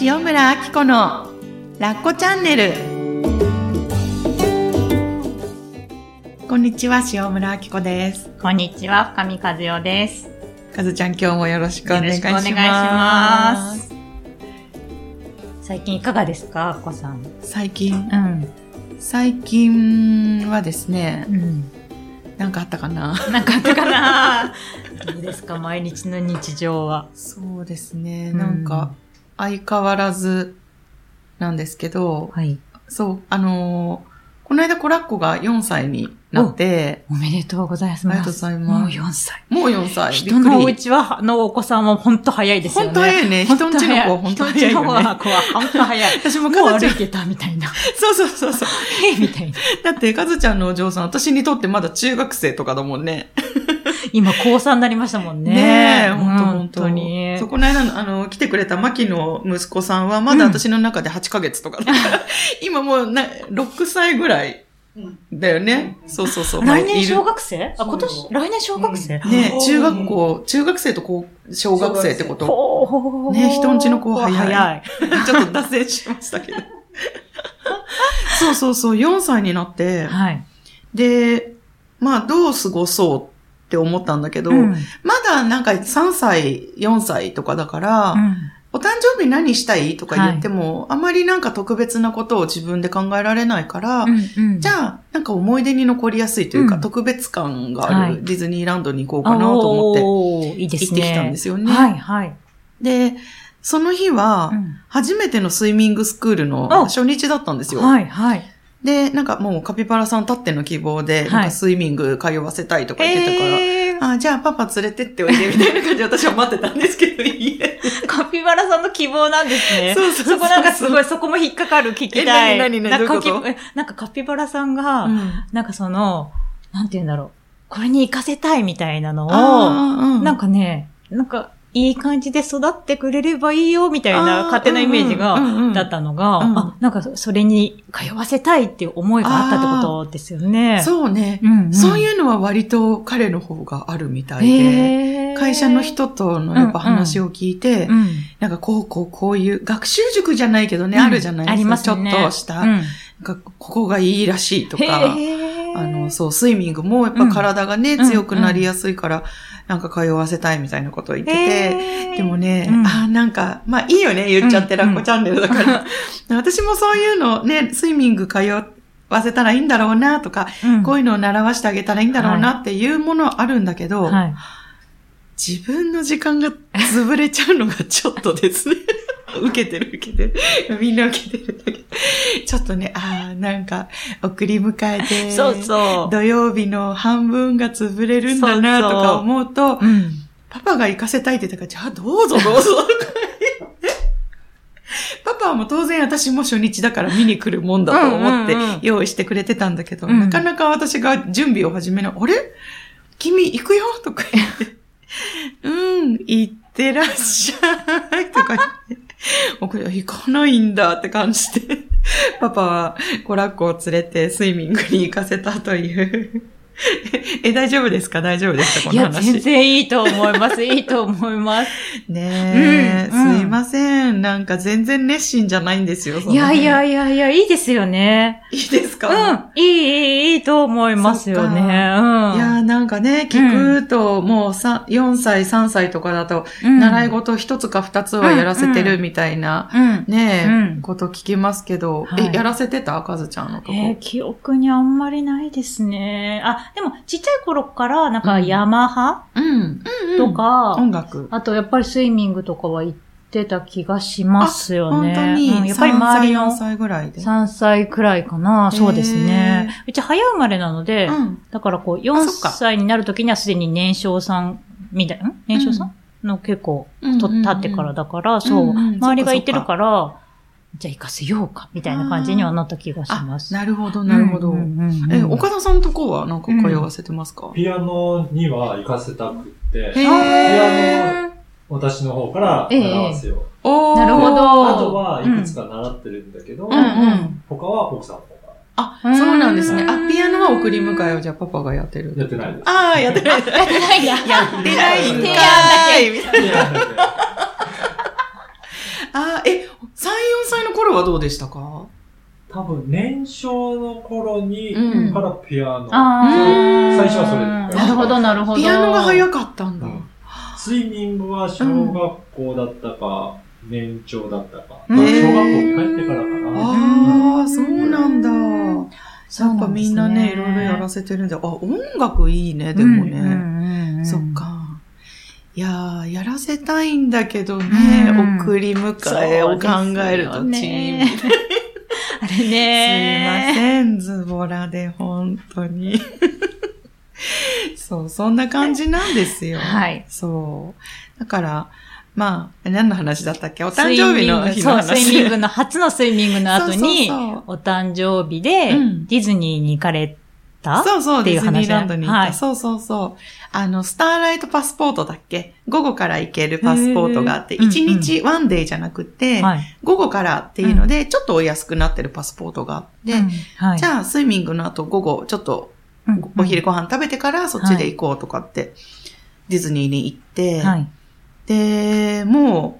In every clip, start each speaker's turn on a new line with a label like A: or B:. A: 塩村あき子のラッコチャンネルこんにちは塩村あき子です
B: こんにちは、深見和代です。
A: かずちゃん今日もよろしくお願いし
B: よ
A: ま
B: ろ
A: す
B: しくお願いします。最近いかがですか、あっこさん。
A: 最近
B: うん。
A: 最近はですね
B: うん。
A: なんかあったかな
B: なんかあったか などうですか、毎日の日常は。
A: そうですねなんか相変わらずなんですけ
B: う
A: ど
B: ん、、はい。
A: そうあのーこの間コラッコが4歳になって
B: おめでとうございます。
A: ありがとうございます
B: もう4歳。
A: もう4歳
B: 人のお
A: びっくり
B: 家は、のお子さんは本当早いですよね。
A: 本当早いね。人んちの子は本当早いよ
B: 人んちの子は
A: ね。
B: 子は本当早い。
A: 私も
B: もう
A: かずち
B: 歩
A: ゃん
B: い、てたみたいな。
A: そうそうそうそう。
B: へえみたいな。
A: だって、かずちゃんのお嬢さん、私にとってまだ中学生とかだもんね。
B: 今、高3になりましたもんね。
A: ねえ、ほんとほん
B: 本
A: と
B: 当に。
A: そうこの間の、あの、来てくれた牧の息子さんは、まだ
B: うん
A: 私の中で8ヶ月とかだ から、今もうな、6歳ぐらいだよね。そうそうそう。
B: 来年小
A: 学
B: 学生あ、今年、来年小学生、
A: ねえ中学校、中学生と高小学生ってこと。
B: ほう
A: ね人んちの子は早い
B: 早い。
A: ちょっと脱線しましたけ ど。そうそうそう、4歳になって、
B: はい。
A: で、まあ、どう過ごそうって思ったんだけど、
B: うん
A: まだなんか3歳、4歳とかだから、お誕生日何したいとか言っても、あまりなんか特別なことを自分で考えられないから、
B: うん
A: じゃあ、なんか思い出に残りやすいというか、
B: うん
A: 特別感があ
B: は
A: る
B: い
A: ディズニーランドに行こうかなと思って行
B: おーいいです
A: って
B: ね。
A: きたんですよね。
B: はい、はい。
A: で、その日は
B: う、ん
A: 初めてのスイミングスクールの
B: あ
A: 初日だったんですよ。
B: はい、はい。
A: で、なんかもうカピバラさんたっての希望で、
B: はい
A: なんかスイミング通わせたいとか言ってたから、
B: えー
A: あじゃあパパ連れてっておいでみたいな感じで私は待ってたんですけど、いいえ。
B: カピバラさんの希望なんですね。
A: そうそうそう
B: そこなんかすごい、そこも引っかかる、聞きたい。
A: え何何何
B: なんか
A: どういうこと
B: カピなんかカピバラさんが、
A: ん、
B: なんかその、なんて言うんだろう。これに行かせたいみたいなのを、
A: あ
B: なんかね、なんか、いい感じで育ってくれればいいよ、みたい
A: あー
B: な勝手なイメージ
A: う
B: が
A: んうんうんうん、
B: だったのが、
A: うん
B: あ、なんかそれに通わせたいっていう思いがあったってことですよね。う。
A: そうね、
B: ん、うん。
A: そう
B: う
A: いうのは割と彼の方があるみたいで、
B: へー
A: 会社の、人とのやっぱ話を聞いて、
B: うん。
A: なんかこうこうこういう、学習塾じゃないけどね、あるじゃないですか。
B: ありますね。
A: ちょっとした、
B: うん、
A: なんかここがいいらしいとか、
B: へー
A: あの、そう、スイミングもやっぱ体がね、
B: うん
A: 強くなりやすいから、なんか通わせたいみたいなことを言ってて、
B: へー
A: でもね、
B: うん
A: ああ、なんか、まあいいよね、言っちゃって、
B: うん
A: ラッコチャンネルだから。 私もそういうのね、スイミング通わせたらいいんだろうなとか、
B: うん
A: こういうのを習わしてあげたらいいんだろうなっていうものあるんだけど、
B: はい。
A: 自分の時間が潰れちゃうのがちょっとですね。 受けてる受けてる。 みんな受けてるんだけど。ちょっとね、ああ、なんか、送り迎えて、
B: そうそう。
A: 土曜日の半分が潰れるんだなとか思うと、
B: うん。
A: パパが行かせたいって言ったから、じゃあどうぞどう ぞ。パパはもう当然私も初日だから見に来るもんだと思っ
B: うんうんうん
A: て用意してくれてたんだけど、
B: うん
A: なかなか私が準備を始めない。あれ君行くよとか言って。 うん、行ってらっしゃいとか言って。もうこれ行かないんだって感じで。パパはコラッコを連れてスイミングに行かせたという。え、大丈夫ですか大丈夫ですかこ
B: い
A: の
B: や、
A: 話。
B: 全然いいと思います。いいと思います。
A: ねえ、
B: うんうん
A: すいません。なんか全然熱心じゃないんです よ。その
B: いや
A: 辺
B: いやいやいや、いいですよね。
A: いいですか、
B: うん。いい、いい、いいと思いますよ
A: そ
B: ね。
A: っ
B: うん。
A: いやーなんかね、聞くと、もうさ4歳、3歳とかだと、
B: うん
A: 習い。事一つか二つはやらせてるみたいな、
B: うん。
A: ねえ、
B: うん
A: こと聞きますけど、
B: はい
A: え、やらせてたかずちゃんのとこ。
B: えー記憶にあんまりないですね。あ、でも、ちっちゃい頃から、なんか、
A: うん
B: ヤマハ
A: うん。
B: とか、
A: 音楽。
B: あと、やっぱりスイミングとかは行ってた気がしますよ
A: 本
B: ね。
A: 当に、
B: うんやっぱり周
A: 3歳、
B: り
A: 4
B: の
A: 歳ぐらいで。
B: 3歳くらいかな。そうですね。うち早生まれなので、
A: うん。
B: だからこう、
A: あ
B: 4
A: そっか
B: 歳になるときにはすでに年少さんみたい、ん年少さん、の結構、と、立ってからだから、そうう、
A: んうん
B: 周りが言ってるから、じゃあ行かせようか、みたいな感じにはなった気がします。
A: なるほど、なるほど。
B: うんうんうんうん
A: え、岡田さんとこはなんか通わせてますか、
C: ピアノには行かせたくって、
A: へ
B: あ
C: 私の方から習わせよう。
A: おー
B: なるほど
C: あとはいくつか習ってるんだけど、
A: うんうん。
C: 他は奥さんの方が
A: あ、
B: うん
A: そうなんですね。あ、ピアノは送り迎えをじゃあパパがやってる。
C: やってないです。
A: ああ、やってない。や
B: ー。ないんだ。
A: ってないんか
B: 手やんだ
A: ーい。
C: いや
A: ああ、え、頃はどうでしたか
C: 多分、年少の頃に、
A: うん
C: からピアノ。
B: あー
C: 最初はそれ
B: なるほど、なるほど。
A: ピアノが早かったんだ。
C: うんスイミングは小学校だったか、年長だったか。
B: うん
C: まあ小学校に帰ってからかな。
A: ああ、そうなんだ。
B: うん
A: やっぱみんなね、い
B: そう
A: ろ
B: ないんですね
A: ろやらせてるんだ。あ、音楽いいね、でも
B: うん
A: ね。
B: うんうん
A: そっか。いやー、やらせたいんだけどね、
B: うん
A: 送り迎えを考える
B: そ
A: と
B: うで
A: チ
B: すよ
A: ー
B: ね
A: ム。
B: あれ
A: すいま
B: ね。
A: せん、ズボラで、本当に。そう、そんな感じなんですよ。
B: はい。
A: そう。だから、まあ、何の話だったっけお誕生日の日の
B: そう、スイミン
A: 話。
B: グの、初のスイミングの後に、
A: そうそう
B: お誕生日で、
A: うん
B: ディズニーに行かれた
A: そうそう、
B: って
A: デ
B: い
A: ィ
B: う
A: ズニー
B: 話だ
A: ランドに行った。
B: はい
A: そうそうそう。あの、スターライトパスポートだっけ午後から行けるパスポートがあって、
B: へー
A: 1日ワンデーじゃなくて、
B: はい。
A: 午後からっていうので、ちょっとお安くなってるパスポートがあって、
B: うんはい
A: じゃあ、スイミングの後、午後、ちょっと
B: うん
A: お昼ご飯食べてからそっちで行こうとかって、ディズニーに行って、
B: はい。
A: で、も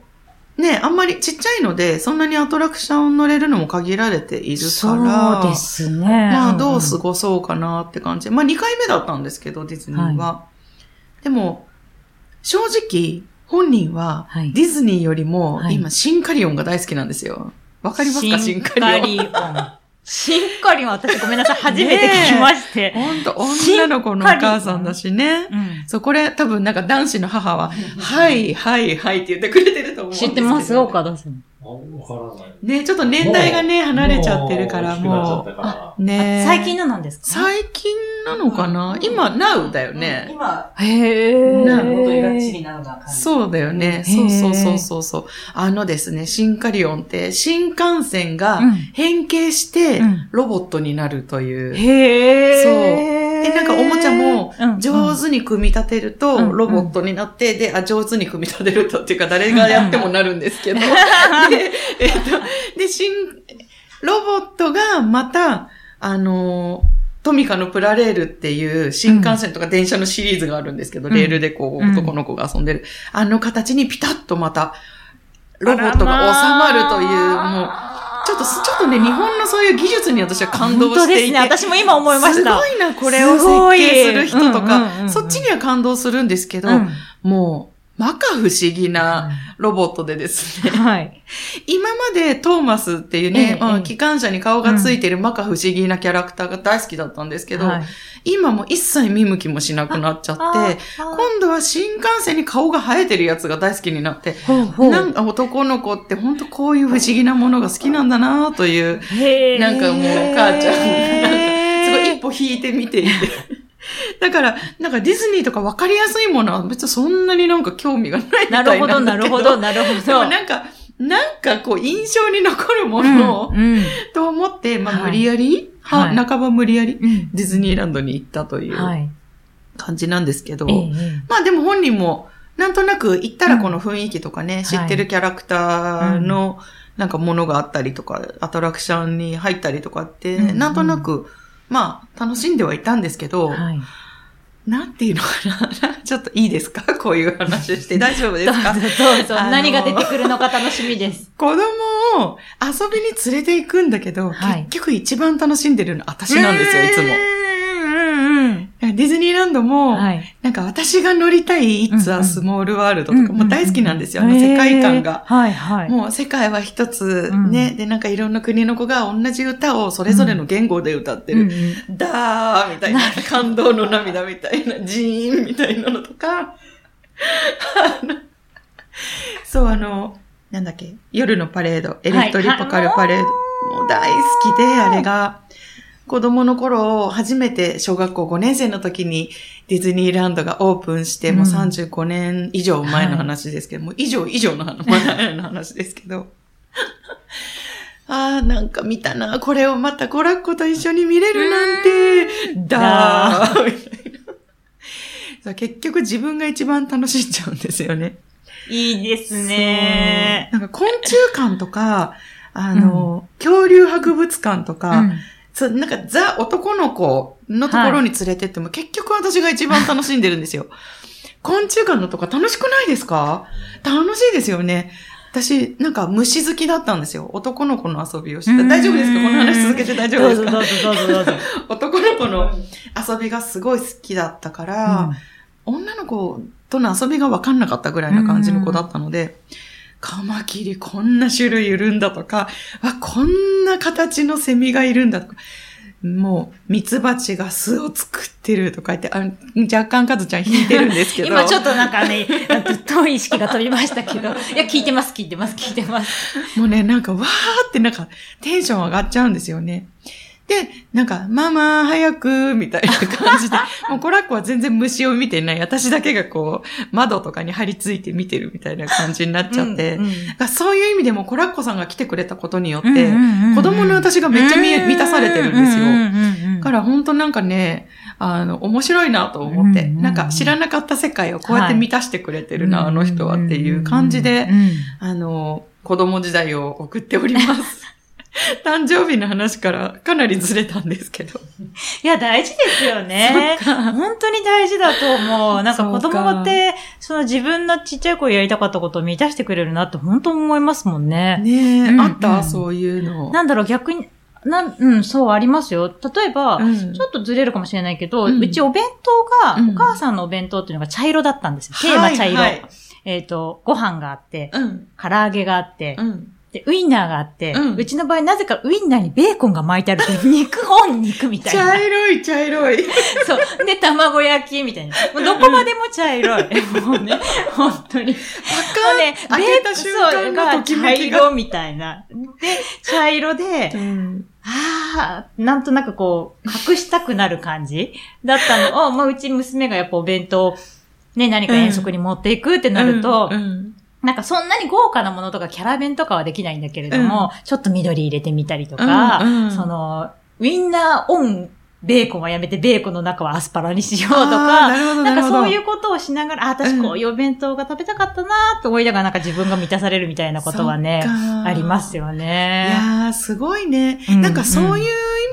A: う、ね、あんまりちっちゃいので、そんなにアトラクション乗れるのも限られているから、
B: そうですね。
A: まあどう過
B: す
A: ごそうかなって感じ。まあ2回目だったんですけど、ディズニーは。でも、正直、本人は
B: はい
A: ディズニーよりも
B: はい
A: 今シンカリオンが大好きなんですよ。わかりますかシンカリオン。
B: リオン。シンカリオン、私ごめんなさい、初めて聞きまして。
A: ほんと、女の子のお母さんだしね。
B: うん
A: そう、これ多分なんか男子の母は、はい、はい、はいって言ってくれてると思うんです
B: 知
A: けど。
B: ってます岡田さん。
C: あわからない。
A: ね、ちょっと年代がね、離れちゃってるから、
C: う大きくなっちゃ
A: も
C: ったから。
A: う。ね
B: 最近のなんですか
A: 最近なのかな今、NOW だよ
D: うん
A: ね。
D: 今、
B: へ
A: ー
D: なるほど、がっちりなるな感じ。
A: そうだよね。
B: へ
A: そう
B: ー
A: そうそうそうそう。あのですね、シンカリオンって、新幹線が変形して
B: うん、
A: ロボットになるという。
B: へ
A: そう
B: え
A: でなんかおもちゃも、上
B: 手。
A: 手に組み立てる
B: うん
A: と、
B: うん
A: ロボットになって、で、あ、上手に組み立てるとっていうか、誰がやってもなるんですけど。 で、えっと、で、新、ロボットがまた、あのー、トミカのプラレールっていう新幹線とか電車のシリーズがあるんですけど、
B: うん
A: レールでこう
B: うん
A: 男の子が遊んでる、あの形にピタッとまた、ロボットが収まるという、もう、ちょっと、ちょっとね、日本のそういう技術に私は感動
B: 本当
A: し
B: で
A: て
B: す
A: い
B: ね。
A: て、
B: 私も今思いまし
A: す
B: た。
A: ごいな、これを
B: すご
A: 設
B: い
A: 計する人と
B: うんうんうんう
A: か、
B: ん
A: そっちには感動するんですけど、もう、まか不思議なロボットでですね、
B: はい。
A: 今までトーマスっていうね
B: え、え
A: ま
B: え
A: あ、
B: え
A: 機関車に顔がついてる摩訶不思議なキャラクターが大好きだったんですけど、
B: はい
A: 今も一切見向きもしなくなっちゃって、今度は新幹線に顔が生えてるやつが大好きになって、
B: ほうほう
A: なんか男の子って本当こういう不思議なものが好きなんだなという、す
B: へー
A: なんかもうお母ちゃんがごい一歩引いて見て いて。だから、なんかディズニーとか分かりやすいものは別にそんなになんか興味がないみた
B: ない
A: なんだ
B: る
A: け
B: ほど、なるほど、なるほ
A: でも
B: ど。
A: なんか、なんかこう印象に残るものを、
B: うんうん
A: と思って、まあ
B: はい
A: 無理やり、は
B: はい
A: 半ば無理やり
B: うん
A: ディズニーランドに行ったという
B: はい。
A: 感じなんですけど、
B: ええ
A: まあでも本人もなんとなく行ったらこの雰囲気とかね、知ってるキャラクターのなんかものがあったりとか、アトラクションに入ったりとかって、
B: うんうん
A: なんとなく、まあ楽しんではいたんですけど、
B: はい。
A: なんていうのかなちょっといいですか こういう話して大丈夫です
B: どう
A: か
B: ぞどうぞ、
A: あのー
B: 何が出てくるのか楽しみです。
A: 子供を遊びに連れて行くんだけど、
B: はい
A: 結局一番楽しんでるの私なんですよ、いつも。
B: も。
A: ディズニーランドも、
B: はい。
A: なんか私が乗りたい It's a Small World とかもう大好きなんですよ、あの
B: へー
A: 世界観が。
B: はいはい。
A: もう世界は一つ
B: うん
A: ね、でなんかいろんな国の子が同じ歌をそれぞれの言語で歌ってる。
B: うんう ん
A: だーみたいな、感動の涙みたいな、ジーンみたいなのとか、 あのそう、あの、なんだっけ、夜のパレード、エレクトリポカルパレード、もう大好きで、あれが、子供の頃、初めて小学校5年生の時にディズニーランドがオープンして、もう
B: うん
A: 35年以上前の話ですけど、もう以上以上の話前の話ですけど。ああ、なんか見たな。これをまたコラッコと一緒に見れるなんて、だーみたいなそう。結局自分が一番楽しんじゃうんですよね。
B: いいですね。
A: そうなんか昆虫館とか、あの、恐竜博物館とか、
B: うん
A: そう、なんかザ男の子のところに連れてっても、結局私が一番楽しん でるんですよ。昆虫館のとか楽しくないですか楽しいですよね。私、なんか虫好きだったんですよ。男の子の遊びをし
B: う
A: て。
B: ん
A: 大丈夫ですかこの話続けて大丈夫
B: どう
A: です
B: ぞ
A: か
B: どうぞどうぞどうぞ。
A: 男の子の 遊びがすごい好きだったから、女の子との遊びが分かんなかったぐらいな感じの子だったので、カマキリこんな種類いるんだとか、あ、こんな形のセミがいるんだとか、もう、ミツバチが巣を作ってるとか言って、あ若干カズちゃん引いてるんですけど。
B: 今ちょっとなんかね、遠い意識が飛びましたけど、いや、聞いてます、聞いてます、聞いてます。
A: もうね、なんか、わーってなんか、テンション上がっちゃうんですよね。で、なんか、ママ、早く、みたいな感 じで、もうコラッコは全然虫を見てない。私だけがこう、窓とかに張り付いて見てるみたいな感じになっちゃって。
B: うん
A: だからそういう意味でもコラッコさんが来てくれたことによって、
B: うんうんうん
A: 子供の私がめっちゃ見え
B: うん
A: 満たされてるんですよ
B: うんうんうんうん
A: だから本当なんかね、あの、面白いなと思って、
B: うんうんうん
A: なんか知らなかった世界をこうやって満たしてくれてるな、
B: はい
A: あの人はっていう感じで、
B: うん
A: あの、子供時代を送っております。 誕生日の話からかなりずれたんですけど。
B: いや、大事ですよね。本当に大事だと思う。なんか
A: そう
B: 子
A: か
B: 供って、その自分のちっちゃい頃やりたかったことを満たしてくれるなって本当思いますもんね。
A: ねえ、
B: うん
A: あった、
B: うん
A: そういうの。
B: なんだろう、逆に、なん、うん、そうありますよ。例えば、
A: うん
B: ちょっとずれるかもしれないけど、う
A: うん
B: ちお弁当が、
A: うん
B: お母さんのお弁当っていうのが茶色だったんですよ。テーマ茶色。
A: はいはい
B: えっ、と、ご飯があって、
A: うん。
B: 唐揚げがあって、
A: うん。
B: で、ウインナーがあって、う
A: うん
B: ちの場合なぜかウインナーにベーコンが巻いてあるって、肉本肉みたい
A: 茶
B: な。
A: 色い、茶色 い。
B: そう。で、卵焼きみたいな。もうどこまでも茶色い。もうね、本当に。もうね、
A: 開けた瞬間のとき
B: そうが茶
A: めきが
B: 色みたいな。で、茶色で、
A: うん。
B: ああ、なんとなくこう、隠したくなる感じだったのを、まあ、うち娘がやっぱお弁当、ね、何か遠足に持っていくってなると、
A: うんうん
B: なんかそんなに豪華なものとかキャラ弁とかはできないんだけれども、ちょっと緑入れてみたりとか、
A: うんうん
B: その、ウィンナーオンベーコンはやめてベーコンの中はアスパラにしようと
A: あー
B: か、
A: るほど
B: なんかそういううことをしながら、あ、私こういうお弁当が食べたかったなーって思いながらなんか自分が満たされるみたいなことはね、あります
A: よ。
B: よ
A: い
B: ね。
A: やー、すごいね。
B: うん
A: なんかそういう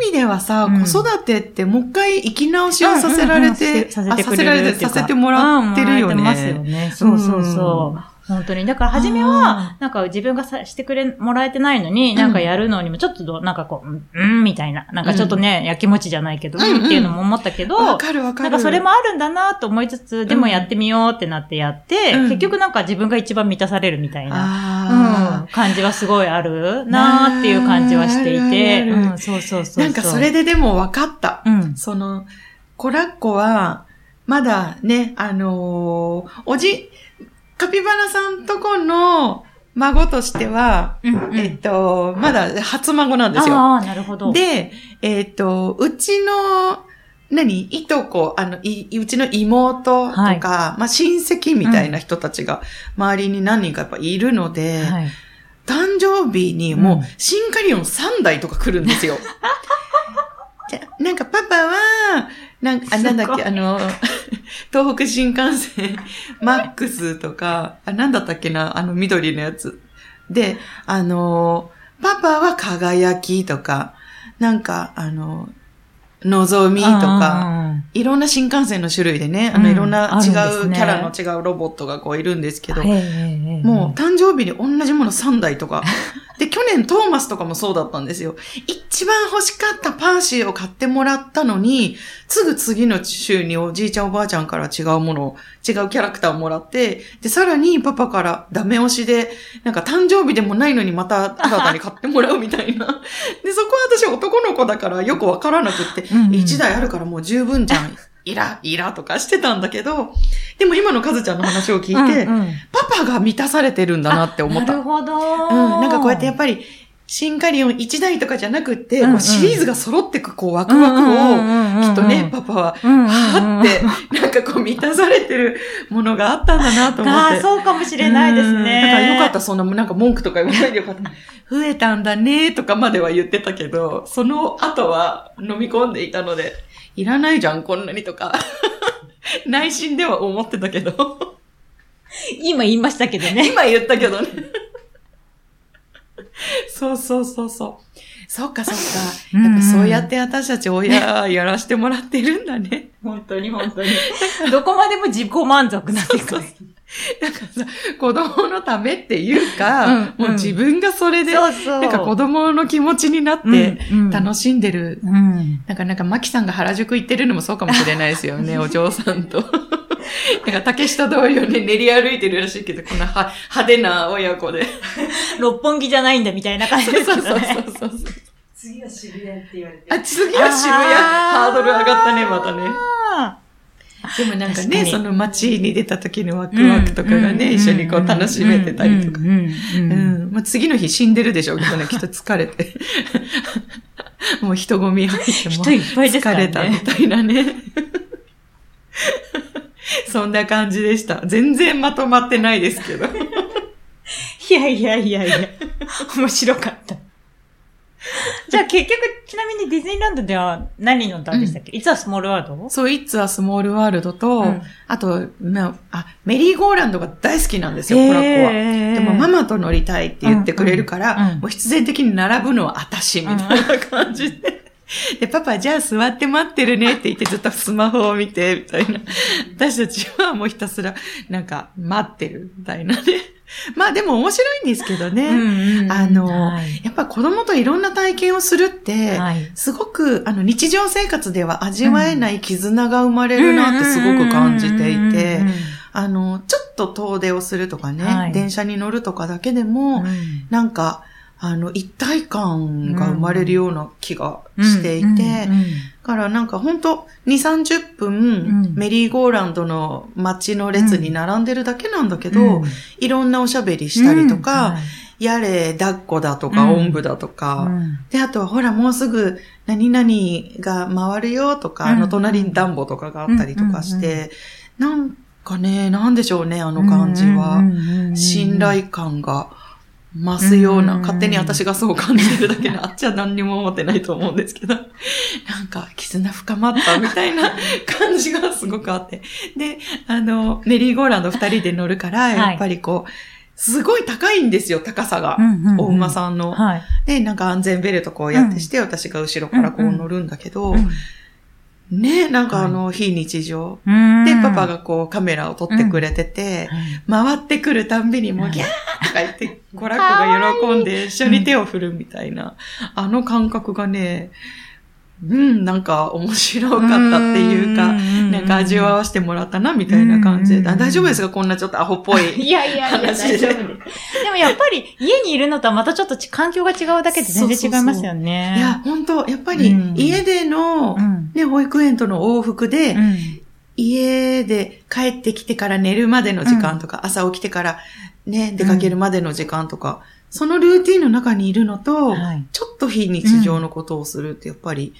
A: 意味ではさ、
B: うん
A: 子育てってもう一回生き直しをさせられ
B: うんうんう
A: てあ
B: ん、
A: させられて、させてもらってるよね。
B: うんもらってますよね。そうそうそう。本当に。だから、初め
A: あ
B: は、なんか自分がさしてくれ、もらえてないのに、なんかやるのにも、ちょっとど、なんかこう、うんうん、みたいな。なんかちょっとね、やきもちじゃないけど、
A: うんうん
B: うんっていうのも思ったけど、
A: わかるわか
B: な
A: る。
B: んかそれもあるんだなと思いつつ、でも
A: うん
B: やってみようってなってやって、
A: うん
B: 結局なんか自分が一番満たされるみたいな、うん
A: あ
B: 感じはすごいあるなっていう感じはしていて、
A: あるあるある
B: うん、そうそう
A: ー
B: そうう。
A: なんかそれででも分かった。
B: うん、
A: その、コラッコは、まだね、あのーおじ、カピバラさんとこの孫としては、
B: うん。うん、
A: えっと、まだ初孫なんですよ。
B: ああ、なるほど。
A: で、えっ、と、うちの、何いとこ、あの、い、うちの妹とか、
B: はい
A: まあ、親戚みたいな人たちが、周りに何人かやっぱいるので、
B: はい、
A: 誕生日にもう、
B: うん
A: シンカリオン3台とか来るんです よ。じゃなんかパパは、なんあなんだっけ、
B: すごい
A: あの、東北新幹 線、マックスとか、あ、なんだったっけな、あの緑のやつ。で、あの、パパは輝きとか、なんか、あの、のぞみとか、
B: うん
A: いろんな新幹線の種類でね、あの、
B: うん
A: いろんな違
B: あるんです
A: う、
B: ね
A: キャラの違うロボットがこういるんですけど、
B: ええええええ
A: もう誕生日に同じもの3台と か。で、去年トーマスとかもそうだったんですよ。一番欲しかったパーシーを買ってもらったのに、すぐ次の週におじいちゃんおばあちゃんから違うものを、違うキャラクターをもらって、で、さらにパパからダメ押しで、なんか誕生日でもないのにまた新たに買ってもらうみたいな。 で、そこは私男の子だからよくわからなくって、
B: うんうん
A: 1台あるからもう十分じゃ ん。イラ、イラとかしてたんだけど、でも今のカズちゃんの話を聞いて、
B: うんうん
A: パパが満たされてるんだなって思っ
B: な
A: た。
B: る
A: うん。
B: ほど。
A: なんかこうやってやっ
B: り、
A: ぱり、シンカリオン1台とかじゃなくって、
B: うんうん
A: こうシリーズが揃ってく、こう、ワクワクを、きっとね、パパは、
B: パ、うんうんうん
A: はーって、なんかこう満たされてるものがあったんだなと思っ
B: ああ、
A: て。
B: そうかもしれないですね。
A: うんだからよかった、そんな、なんか文句とか言わないでよかった。増えたんだねとかまでは言ってたけど、その後は飲み込んでいたので、いらないじゃん、こんなにとか。 内心では思ってたけど。
B: 今言いましたけど ね。
A: 今言ったけどね。そうそうそうそう。そっかそっか。
B: うんうん
A: やっぱ そうやって私たち親やらしてもらってるんだね。
B: 本当に本当に。どこまでも自己満足なんですね。
A: なんかさ、子供のためっていうか、
B: う
A: も
B: ん
A: う自分がそれで、
B: そうそう。
A: なんか子
B: っ
A: 供の気持ちになって、楽
B: し
A: しんでる。
B: い。うん。
A: なんか、なんか、マキさんが原宿行ってるのもそうかもしれないですよ ね、お嬢さんと。なんか、竹下同様ね、練り歩いてるらしいけど、こんなは派手な親子 で。
B: 六本木じゃないんだみたいな感じ
A: そう
B: です
A: そ
B: け
A: うそ
B: ど
A: う
B: ね。
A: そうそう。
D: 次は渋谷って言われて。
A: あ、次は渋谷、
B: あー
A: ハードル上がったね、またね。
B: あ
A: でもなんか
B: 確か
A: ね、
B: に
A: その街に出た時のワク
B: ー
A: ワクとかがね、
B: うん
A: 一緒にこう楽しめてたりとか
B: うん。うん
A: う
B: うんうん
A: ん。まあ、次の日死んでるでしょうけどね、きっと疲れ て。もう人混み入っても。
B: 人いっぱいですか
A: 疲
B: らね。
A: れたみたいなね。 そんな感じでした。全然まとまってないです けど。
B: いやいやいやいや、面白かった。じゃあ結局、ちなみにディズニーランドでは何の歌でしたっけ、いつはスモールワールド
A: そう、イッツ・ア・スモール・ワールドと、
B: うん
A: あと、まあ、あメリーゴーランドが大好きなんですよ、
B: えー
A: コラコは。でも、ママと乗りたいって言ってくれるから、
B: うんうん
A: もう必然的に並ぶのは私、みたいな感じで。で、パパ、じゃあ座って待ってるねって言ってずっとスマホを見て、みたいな。私たちはもうひたすら、なんか、待ってる、みたいなね。まあでも面白いんですけどね。
B: うんうん
A: あの
B: はい。
A: やっぱ子供といろんな体験をするって、
B: はい
A: すごく、あの、日常生活では味わえない絆が生まれるなってすごく感じていて
B: うん、
A: あの、ちょっと遠出をするとかね、
B: はい
A: 電車に乗るとかだけで
B: う
A: も、
B: んうん
A: なんか、あの、一体感が生まれるような気が
B: うん
A: していて、
B: うん
A: だからなんかほんと2、30分、
B: ん
A: メリーゴーランドの街の列に並んでるだけなんだけ
B: う
A: ど、
B: んうん
A: いろんなおしゃべりしたりとか、
B: うんはい
A: やれ、抱っこだとか、
B: うん
A: おんぶだとか、
B: うん
A: で、あとはほら、もうすぐ、何々が回るよとか、
B: うん
A: あの、隣に暖房とかがあったりとかして、なんかね、なんでしょうね、あの感じ
B: う
A: は。
B: んうんうんうん
A: 信頼感が増すような、
B: うん
A: 勝手に私がそう感じてるだけで、あっちは何にも思ってないと思うんですけど、なんか、絆深まったみたい な感じがすごくあって。で、あの、メリーゴーランド二人で乗るから、
B: い
A: やっぱりこう、すごい高いんですよ、高さが
B: う。んうんうん
A: お馬さんの。
B: はい。
A: で、なんか安全ベルトこうやってして、私が後ろからこう乗るんだけど、ね、なんかあの、非日常。
B: うん
A: で、パパがこうカメラを撮ってくれてて、
B: はい
A: 回ってくるたんびにもう
B: はい
A: ギャーとか言って、コラッコが喜んで一緒に手を振るみたいな、あの感覚がね、うん、なんか面白かったっていうか、なんか味わわせてもらったなみたいな感じ
B: うん
A: で、あ大丈夫ですかこんなちょっとアホっぽい。
B: いやいやいや、大
A: 話で
B: 丈夫です。でもやっぱり家にいるのとはまたちょっとち環境が違うだけで全然違いますよね。
A: いや、本当やっぱり
B: うん
A: 家での、
B: うん、
A: ね、保育園との往復で、
B: うん
A: 家で帰ってきてから寝るまでの時間とか、朝起きてからね、出かけるまでの時間とか、そのルーティンの中にいるのと、
B: はい
A: ちょっと非日常のことをするってやっぱり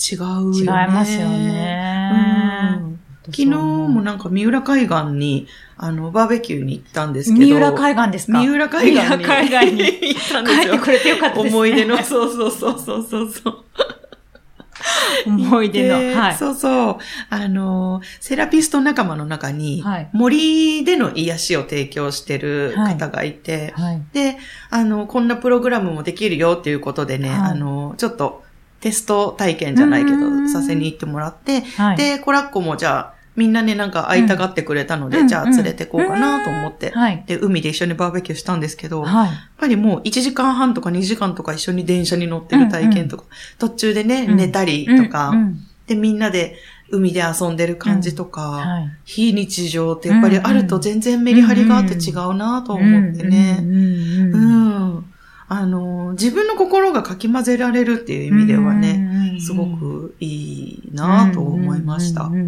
A: 違うよね。
B: 違いますよ
A: う
B: ね。
A: ん。昨日もなんか三浦海岸に、あの、バーベキューに行ったんですけど。
B: 三浦海岸ですか
A: 三浦海岸に。
B: 三浦海岸に
A: 行ったんです
B: 帰っ
A: よ
B: て。くれてよかったです、ね。
A: 思い出の、そうそうそうそうそうそう。
B: 思い出の。
A: で
B: はい。
A: そうそう。あの、セラピスト仲間の中に、
B: はい
A: 森での癒しを提供してる方がいて、
B: はい。
A: で、あの、こんなプログラムもできるよっていうことでね、
B: はい
A: あの、ちょっとテスト体験じゃないけ
B: うー
A: ど、
B: ん
A: させに行ってもらって、
B: はい。
A: で、コラッコもじゃあ、みんなね、なんか会いたがってくれたので、
B: うん
A: じゃあ連れてこうかなと思って、
B: はい。
A: で、海で一緒にバーベキューしたんですけど、
B: はい。
A: やっぱりもう1時間半とか2時間とか一緒に電車に乗ってる体験とか、途中でね、
B: うん
A: 寝たりとか、
B: うんうん
A: で、みんなで海で遊んでる感じとか、
B: はい。
A: 非日常ってやっぱりあると全然メリハリがあって違うなと思って
B: う
A: ね。
B: んう
A: う
B: んうんうん
A: ん。あの、自分の心がかき混ぜられるっていう意味ではね、
B: ね
A: すごくいいなと思いました
B: うん。うんうん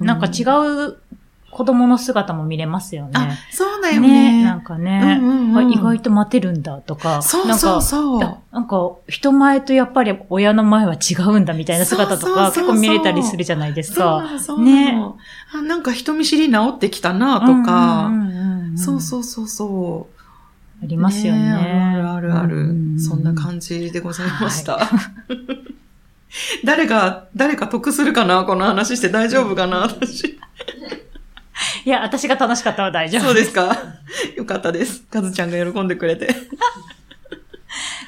B: うんなんか違う子供の姿も見れますよね。
A: あ、そうだよ
B: ね、な
A: ね
B: ん。か
A: うん
B: ね、
A: うん
B: あ
A: うん
B: 意外と待てるんだとか、
A: そう
B: なん
A: そう
B: か
A: そう。
B: だなんか、人前とやっぱり親の前は違うんだみたいな姿とか、
A: そうそうそうそう
B: 結構見れたりするじゃないで
A: そ
B: す
A: う
B: か。
A: なの、そうなの、あなんか人見知り治ってきたなとか、
B: うんうんうんうん
A: そうそうそうそう。
B: ありますよね。
A: えあるあるある、
B: うん
A: そんな感じでございました。 誰が、誰か得するかなこの話して大丈夫かな私。
B: いや、私が楽しかったら大丈夫。
A: そうですかよかったです。カズちゃんが喜んでくれて。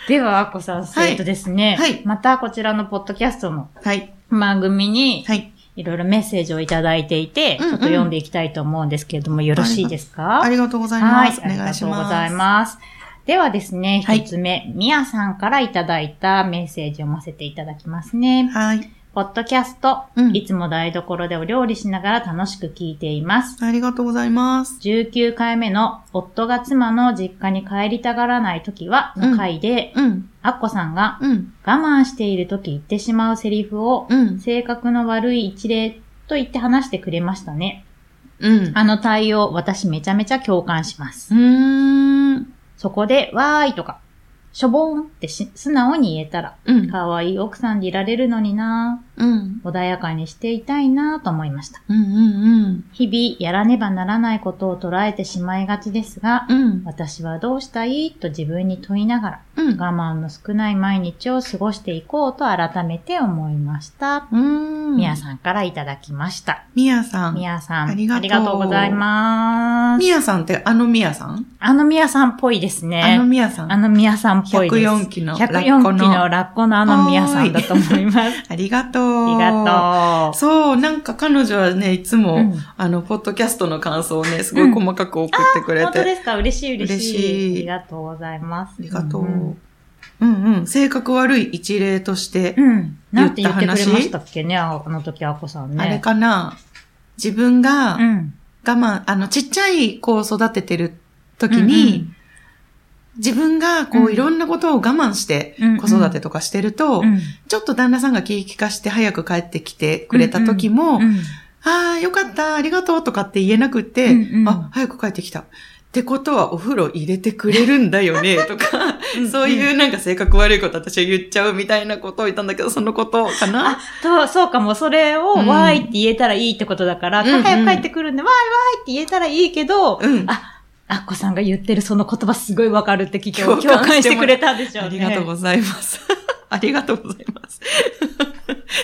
B: では、アッコさん、それとですね、
A: はいはい
B: またこちらのポッドキャストの
A: はい。
B: 番組に、
A: はい。
B: いろいろメッセージをいただいていて、
A: うんうん
B: ちょっと読んでいきたいと思うんですけれども、よろしいですか
A: ありがとうございます。
B: はい、
A: お
B: あり
A: 願
B: が
A: いし
B: とうご
A: ます。
B: ざいます。ではですね、
A: はい
B: 一つ目、み、や、さんからいただいたメッセージを読ませていただきますね。
A: はい。
B: ポッドキャスト、
A: うん
B: いつも台所でお料理しながら楽しく聞いています。
A: ありがとうございます。
B: 19回目の夫が妻の実家に帰りたがらない時はの回で、
A: うん、
B: アッコさんが
A: うん、
B: 我慢している時言ってしまうセリフを、
A: うん、
B: 性格の悪い一例と言って話してくれましたね。
A: うん。
B: あの対応、私めちゃめちゃ共感します
A: う。ーん、
B: そこで、わーいとか、しょぼーんってし素直に言えたら、
A: うん、
B: 可愛い奥さんでいられるのにな
A: うん、
B: 穏やかにしていたいなと思いました。
A: うん、うん、
B: 日々、やらねばならないことを捉えてしまいがちですが、
A: うん、
B: 私はどうしたいと自分に問いなが
A: うん、
B: ら、我慢の少ない毎日を過ごしていこうと改めて思いました。
A: うん。
B: みやさんからいただきました。
A: みやさん。
B: み
A: みや
B: やさん、
A: ありがとう
B: ございます。
A: さんってあのみやさん
B: あのみやさんっぽいですね。
A: あのみやさ
B: あ
A: ん。
B: の宮さんっぽいです。
A: 104期のラ
B: 104
A: ッコの
B: 期のラッコのあの宮さんだと思います。
A: ありがとう。
B: ありがと
A: そう、なんか彼女はね、いつも、
B: う。うん
A: あの、ポッドキャストの感想をね、すごい細かく送ってくれて。
B: 本当ですか嬉しい嬉しい。
A: 嬉しい
B: ありがとうございます。
A: ありがとう。
B: う
A: うんん、うん、性格悪い一例として、
B: うん。うんなんて言ってくれま
A: 言った話
B: したっけね、ああの時、あこさんね。
A: あれかな、自分が
B: う
A: 我
B: ん。
A: 慢、あの、ちっちゃい子を育ててる時に、自分がこ
B: う
A: うんいろんなことを我慢して
B: うん
A: 子育てとかしてると、
B: うん、うん
A: ちょっと旦那さんが気利かして早く帰ってきてくれた時も、
B: うん
A: ああ、よかった、ありがとうとかって言えなくて、
B: うんうん
A: あ、早く帰ってきた。ってことはお風呂入れてくれるんだよ ね、とか、そういうなんか性格悪いこと私は言っちゃうみたいなことを言ったんだけど、そのことかな
B: と、そうかも、それを、
A: うん
B: わーいって言えたらいいってことだから、
A: うんうん
B: 早く帰ってくるんで、わーいわーいって言えたらいいけど、
A: うん。
B: ああっこさんが言ってるその言葉すごいわかるって聞いて、共
A: 共感してもらう
B: 感してくれたんでしょうね。
A: ありがとうございます。 ありがとうございます。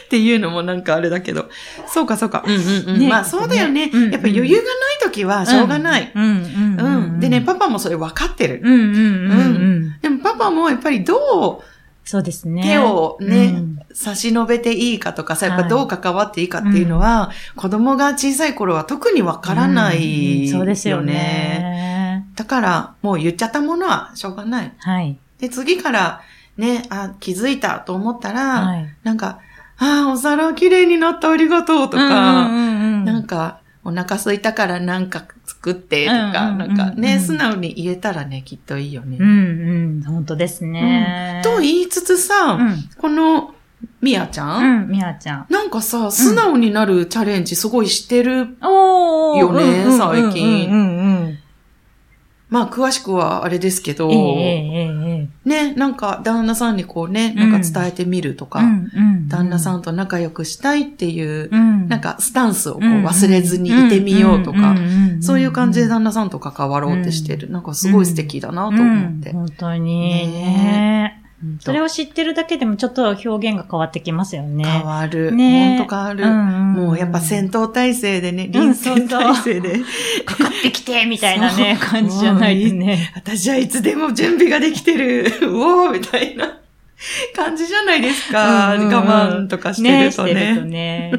A: っていうのもなんかあれだけど。そうかそうか。うんうんうん。
B: ね
A: まあそうだよね。
B: うんうん
A: やっぱ余裕がない時はしょうがない。
B: うんうん
A: うん。でね、パパもそれ分かってる。
B: うんうんうんうん。
A: でもパパもやっぱりど
B: そうです
A: う
B: ね。
A: 手をね、
B: うん
A: 差し伸べていいかとかさ、やっ
B: は
A: ぱ
B: い
A: どう関わっていいかっていうのは、子供が小さい頃は特にわからない、
B: うんそうですよ。ね。
A: だから、もう言っちゃったものはしょうがない。
B: はい。
A: で、次から、ね、あ、気づいたと思ったら、
B: はい。
A: なんか、ああ、お皿綺麗になったありがとうと
B: う
A: か、
B: んうんうん
A: なんか、お腹空いたからなんか作ってとか、
B: うんうんう
A: なん
B: うん
A: んかね、素直に言えたらね、きっといいよね。
B: うんうん。本当ですね。
A: と言いつつさ、
B: うん。
A: この、みやちゃん、
B: うん、みやちゃん。
A: なんかさ、素直になるチャレンジすごいしてる。
B: おー。
A: よね
B: うんうんうん
A: 最近
B: うんうん
A: まあ、詳しくはあれですけ
B: う
A: ど、
B: ん。ええええええ。
A: ね、なんか旦那さんにこうね、
B: うん
A: なんか伝えてみるとか、
B: うんうん
A: 旦那さ
B: ん、
A: んと仲良くしたいっていう、
B: うん
A: なん、かスタンスをこう忘れずにいてみようとか、
B: んんんんん
A: そういう感じで旦那さんと関わろうってしてる。なんかすごい素敵だなと思って
B: うん。本当にね
A: ね。
B: それを知ってるだけでもちょっと表現が変わってきますよね。
A: 変わる。
B: ね
A: ほんと変わる。も
B: も
A: うやっぱ戦闘態勢でね、
B: うん
A: 臨戦態勢で、
B: かかってきてみたいなね、
A: そう
B: 感じじゃないとね。
A: 私はいつでも準備ができてる、 うおーみたいな感じじゃないですか。
B: うんうんうん
A: 我慢とかして
B: ね
A: る
B: し
A: と
B: て
A: ね。
B: るとね。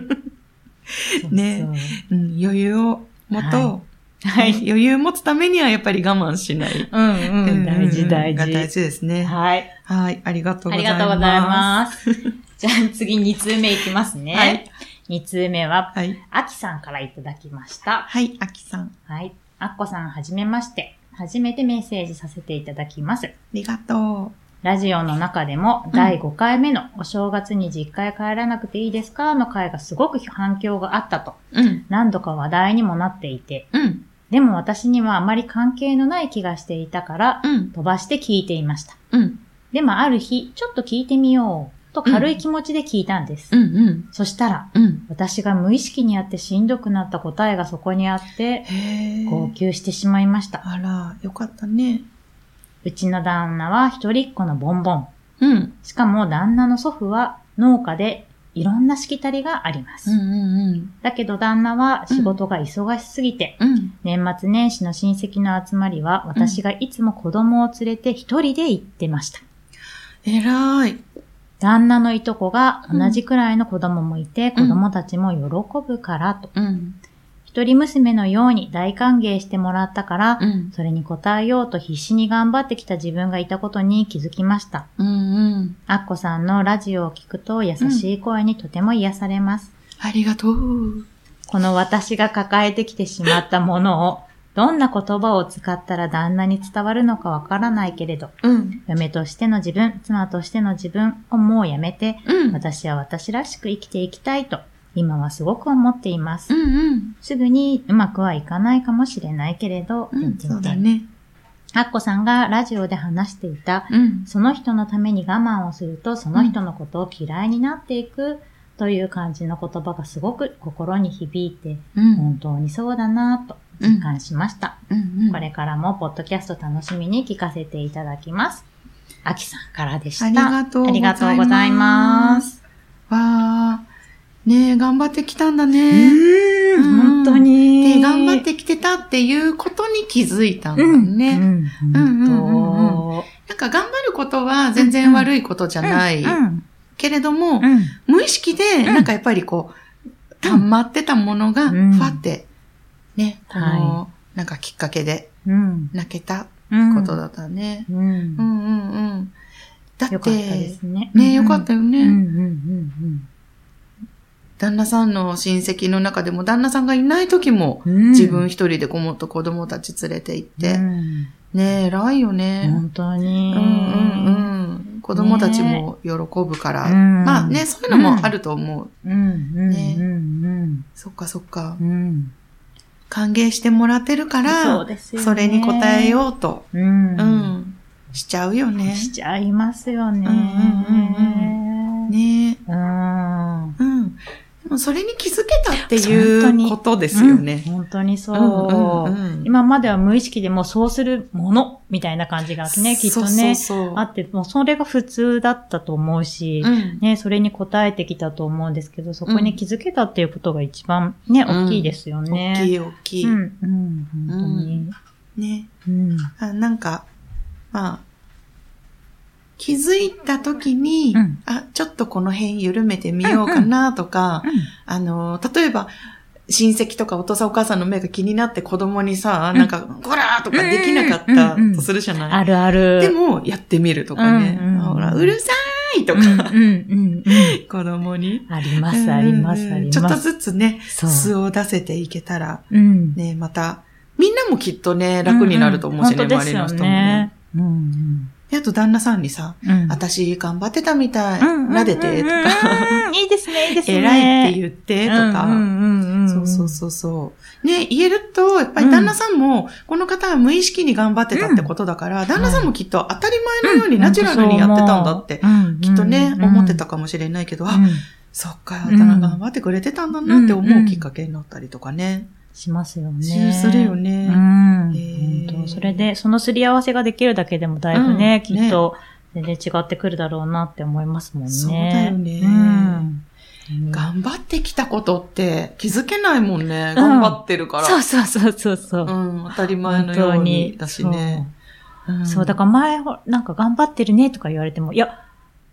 A: ね
B: そ
A: う
B: う
A: ん、余裕を持とう、
B: そうはい。
A: 余裕を持つためにはやっぱり我慢しない。
B: うんうん、大事大
A: が大
B: 事。
A: 事ですね。
B: はい。
A: はい、ありがとう
B: あ
A: ござ
B: り
A: います。
B: がとうございます。 じゃあ次2通目いきますね。
A: はい。
B: 2通目は、
A: はい。
B: あきさんからいただきました。
A: はい、あきさん。あ
B: はい。あっこさん、はじめまして。初めてメッセージさせていただきます。
A: りがと
B: ラジオの中でも
A: ん
B: 第5回目のお正月に実家へ帰らなくていいですかの回がすごく反響があったと
A: う。うん、
B: 何度か話題にもなっていて、
A: うん、
B: でも私にはあまり関係のない気がしていたから
A: うん、
B: 飛ばして聞いていました。
A: うん、
B: でもある日、ちょっと聞いてみようと軽い気持ちで聞いたんです。
A: うん、うん、
B: そしたら、
A: うん。
B: 私が無意識にやってしんどくなった答えがそこにあって、
A: へえ。
B: 号泣してしまいました。
A: あら、よかったね。
B: うちの旦那は一人っ子のボンボン。
A: うん、うん、
B: しかも旦那の祖父は農家でいろんなしきたりがあります。
A: うん、
B: だけど旦那は仕事が忙しすぎて、
A: うん、うん。
B: 年末年始の親戚の集まりは私がいつも子供を連れて一人で行ってました。
A: えらい。
B: 旦那のいとこが同じくらいの子供もいて、子供たちも喜ぶからと。
A: うん。
B: 一人娘のように大歓迎してもらったから、
A: うん。
B: それに応えようと必死に頑張ってきた自分がいたことに気づきました。
A: うん。うん。
B: アッコさんのラジオを聞くと優しい声にとても癒されます。
A: ありがとう。
B: この私が抱えてきてしまったものを、どんな言葉を使ったら旦那に伝わるのかわからないけれど、
A: うん。
B: 嫁としての自分、妻としての自分をもうやめて、
A: うん。
B: 私は私らしく生きていきたいと、今はすごく思っていま
A: う
B: す。
A: んうん。
B: すぐにうまくはいかないかもしれないけれど、
A: うん。そうだ
B: てんてんてん
A: ね。
B: アッコさんがラジオで話していた、
A: うん。
B: その人のために我慢をすると、その人のことを嫌いになっていくという感じの言葉がすごく心に響いて、
A: うん。
B: 本当にそうだなぁと実感しました。
A: うん。
B: これからもポッドキャスト楽しみに聞かせていただきます。あきさんからでした。
A: ありがとうございます
B: ありがとうございます。
A: わあ。ねえ、頑張ってきたんだね。う
B: う
A: ん
B: 本当に。
A: で、頑張ってきてたっていうことに気づいたんだ
B: う
A: よ
B: ん。
A: ね。
B: うん
A: うんうんうん
B: 本
A: なんか頑張ることは全然悪いことじゃ
B: 当
A: ない。
B: うん
A: けれども、
B: うん
A: 無意識で、なんかやっぱりこう、溜まってたものが、
B: う
A: ふ
B: ん
A: わって、ね、この、なんかきっかけで
B: うん。
A: 泣けた
B: うん。
A: ことだったね。
B: うん。
A: う
B: う
A: んう
B: ん
A: んうん。だって、
B: よかったですね。
A: ね、よかったよね、
B: うんうんうん
A: 旦那さんの親戚の中でも、旦那さんがいない時も、
B: うんうん。
A: 自分一人で子もと子供たち連れて行って、
B: うん
A: ね、偉いよね。
B: 本当
A: う
B: に。
A: んうんうん。子供たちも喜ぶから、
B: うん
A: まあね、そういうのもあると思う。
B: うんうんうん
A: そっかそっか
B: うん。。うん。
A: 歓迎してもらってるから、
B: です
A: そ
B: よね
A: れに応えようと、
B: う。う。
A: うんん、しちゃうよね。
B: しちゃいますよね。
A: うんうんね
B: うん。
A: うん。でもそれに気づけたって
B: 本当
A: いう
B: に
A: ことですよね
B: う。ん本当に
A: う
B: そ
A: んうんう
B: う。
A: ん
B: 今までは無意識でもうそうするものみたいな感じがね、きっと
A: そう
B: ね、
A: そうそう
B: あって、もうそれが普通だったと思うし、
A: うん
B: ね、それに応えてきたと思うんですけど、そこに気づけたっていうことが一番ね、
A: うん
B: 大きいですよね。
A: 大きい大きい。
B: うん
A: ね。、
B: うん、本当に。うん。
A: あなんか、まあ、気づいた時に、
B: うん
A: あ、ちょっとこの辺緩めてみようかなとか、あの、例えば、親戚とかお父さんお母さんの目が気になって子供にさ、
B: うん
A: なんか、こらーとかできなかったとするじゃない、
B: あるある。
A: でも、やってみるとかね。
B: うんうん
A: ほら、うるさーいと
B: う
A: か、
B: ん、うん、うん、うん。
A: 子供に。
B: あります、ありま
A: う
B: す、
A: ん
B: あります。
A: ちょっとずつね、
B: そう
A: 素を出せていけたら、
B: うん。
A: ね、また、みんなもきっとね、楽になると思うしね、
B: んん本当
A: 周
B: で
A: り
B: す
A: の
B: よ
A: 人もね。
B: ね。うんうん
A: であと、旦那さんにさ、
B: うん
A: 私頑張ってたみたい、
B: うん
A: 撫でて、とか、
B: うんうんいいですね、いいですね。
A: 偉いって
B: う
A: 言って、とか。
B: んうんんん
A: そうそうそうそう。ね、言えると、やっぱり旦那さんも、この方は無意識に頑張ってたってことだから、旦那さんもきっと当たり前のようにナチュラルにやってたんだって、
B: うん
A: きっとね、思ってた
B: か
A: かもしれないけど、
B: ら
A: あ、そっか、旦那頑張ってくれてたんだなって
B: うん
A: 思
B: う
A: うんきっかけになったりとかね。
B: しますよ
A: す
B: ね。
A: るするよ
B: う
A: ね。へ
B: ん。
A: ー
B: 本当それで、そのすり合わせができるだけでもだいぶね、
A: うん
B: きっと全然違ってくるだろうなって思いますもんね。
A: そうだよね
B: うん。
A: 頑張ってきたことって気づけないもんね。頑張ってるから。
B: そうそうそうそうそう。
A: うん、当たり前のようにだしね。
B: そう。そう、だから前、ほなんか頑張ってるねとか言われても、いや、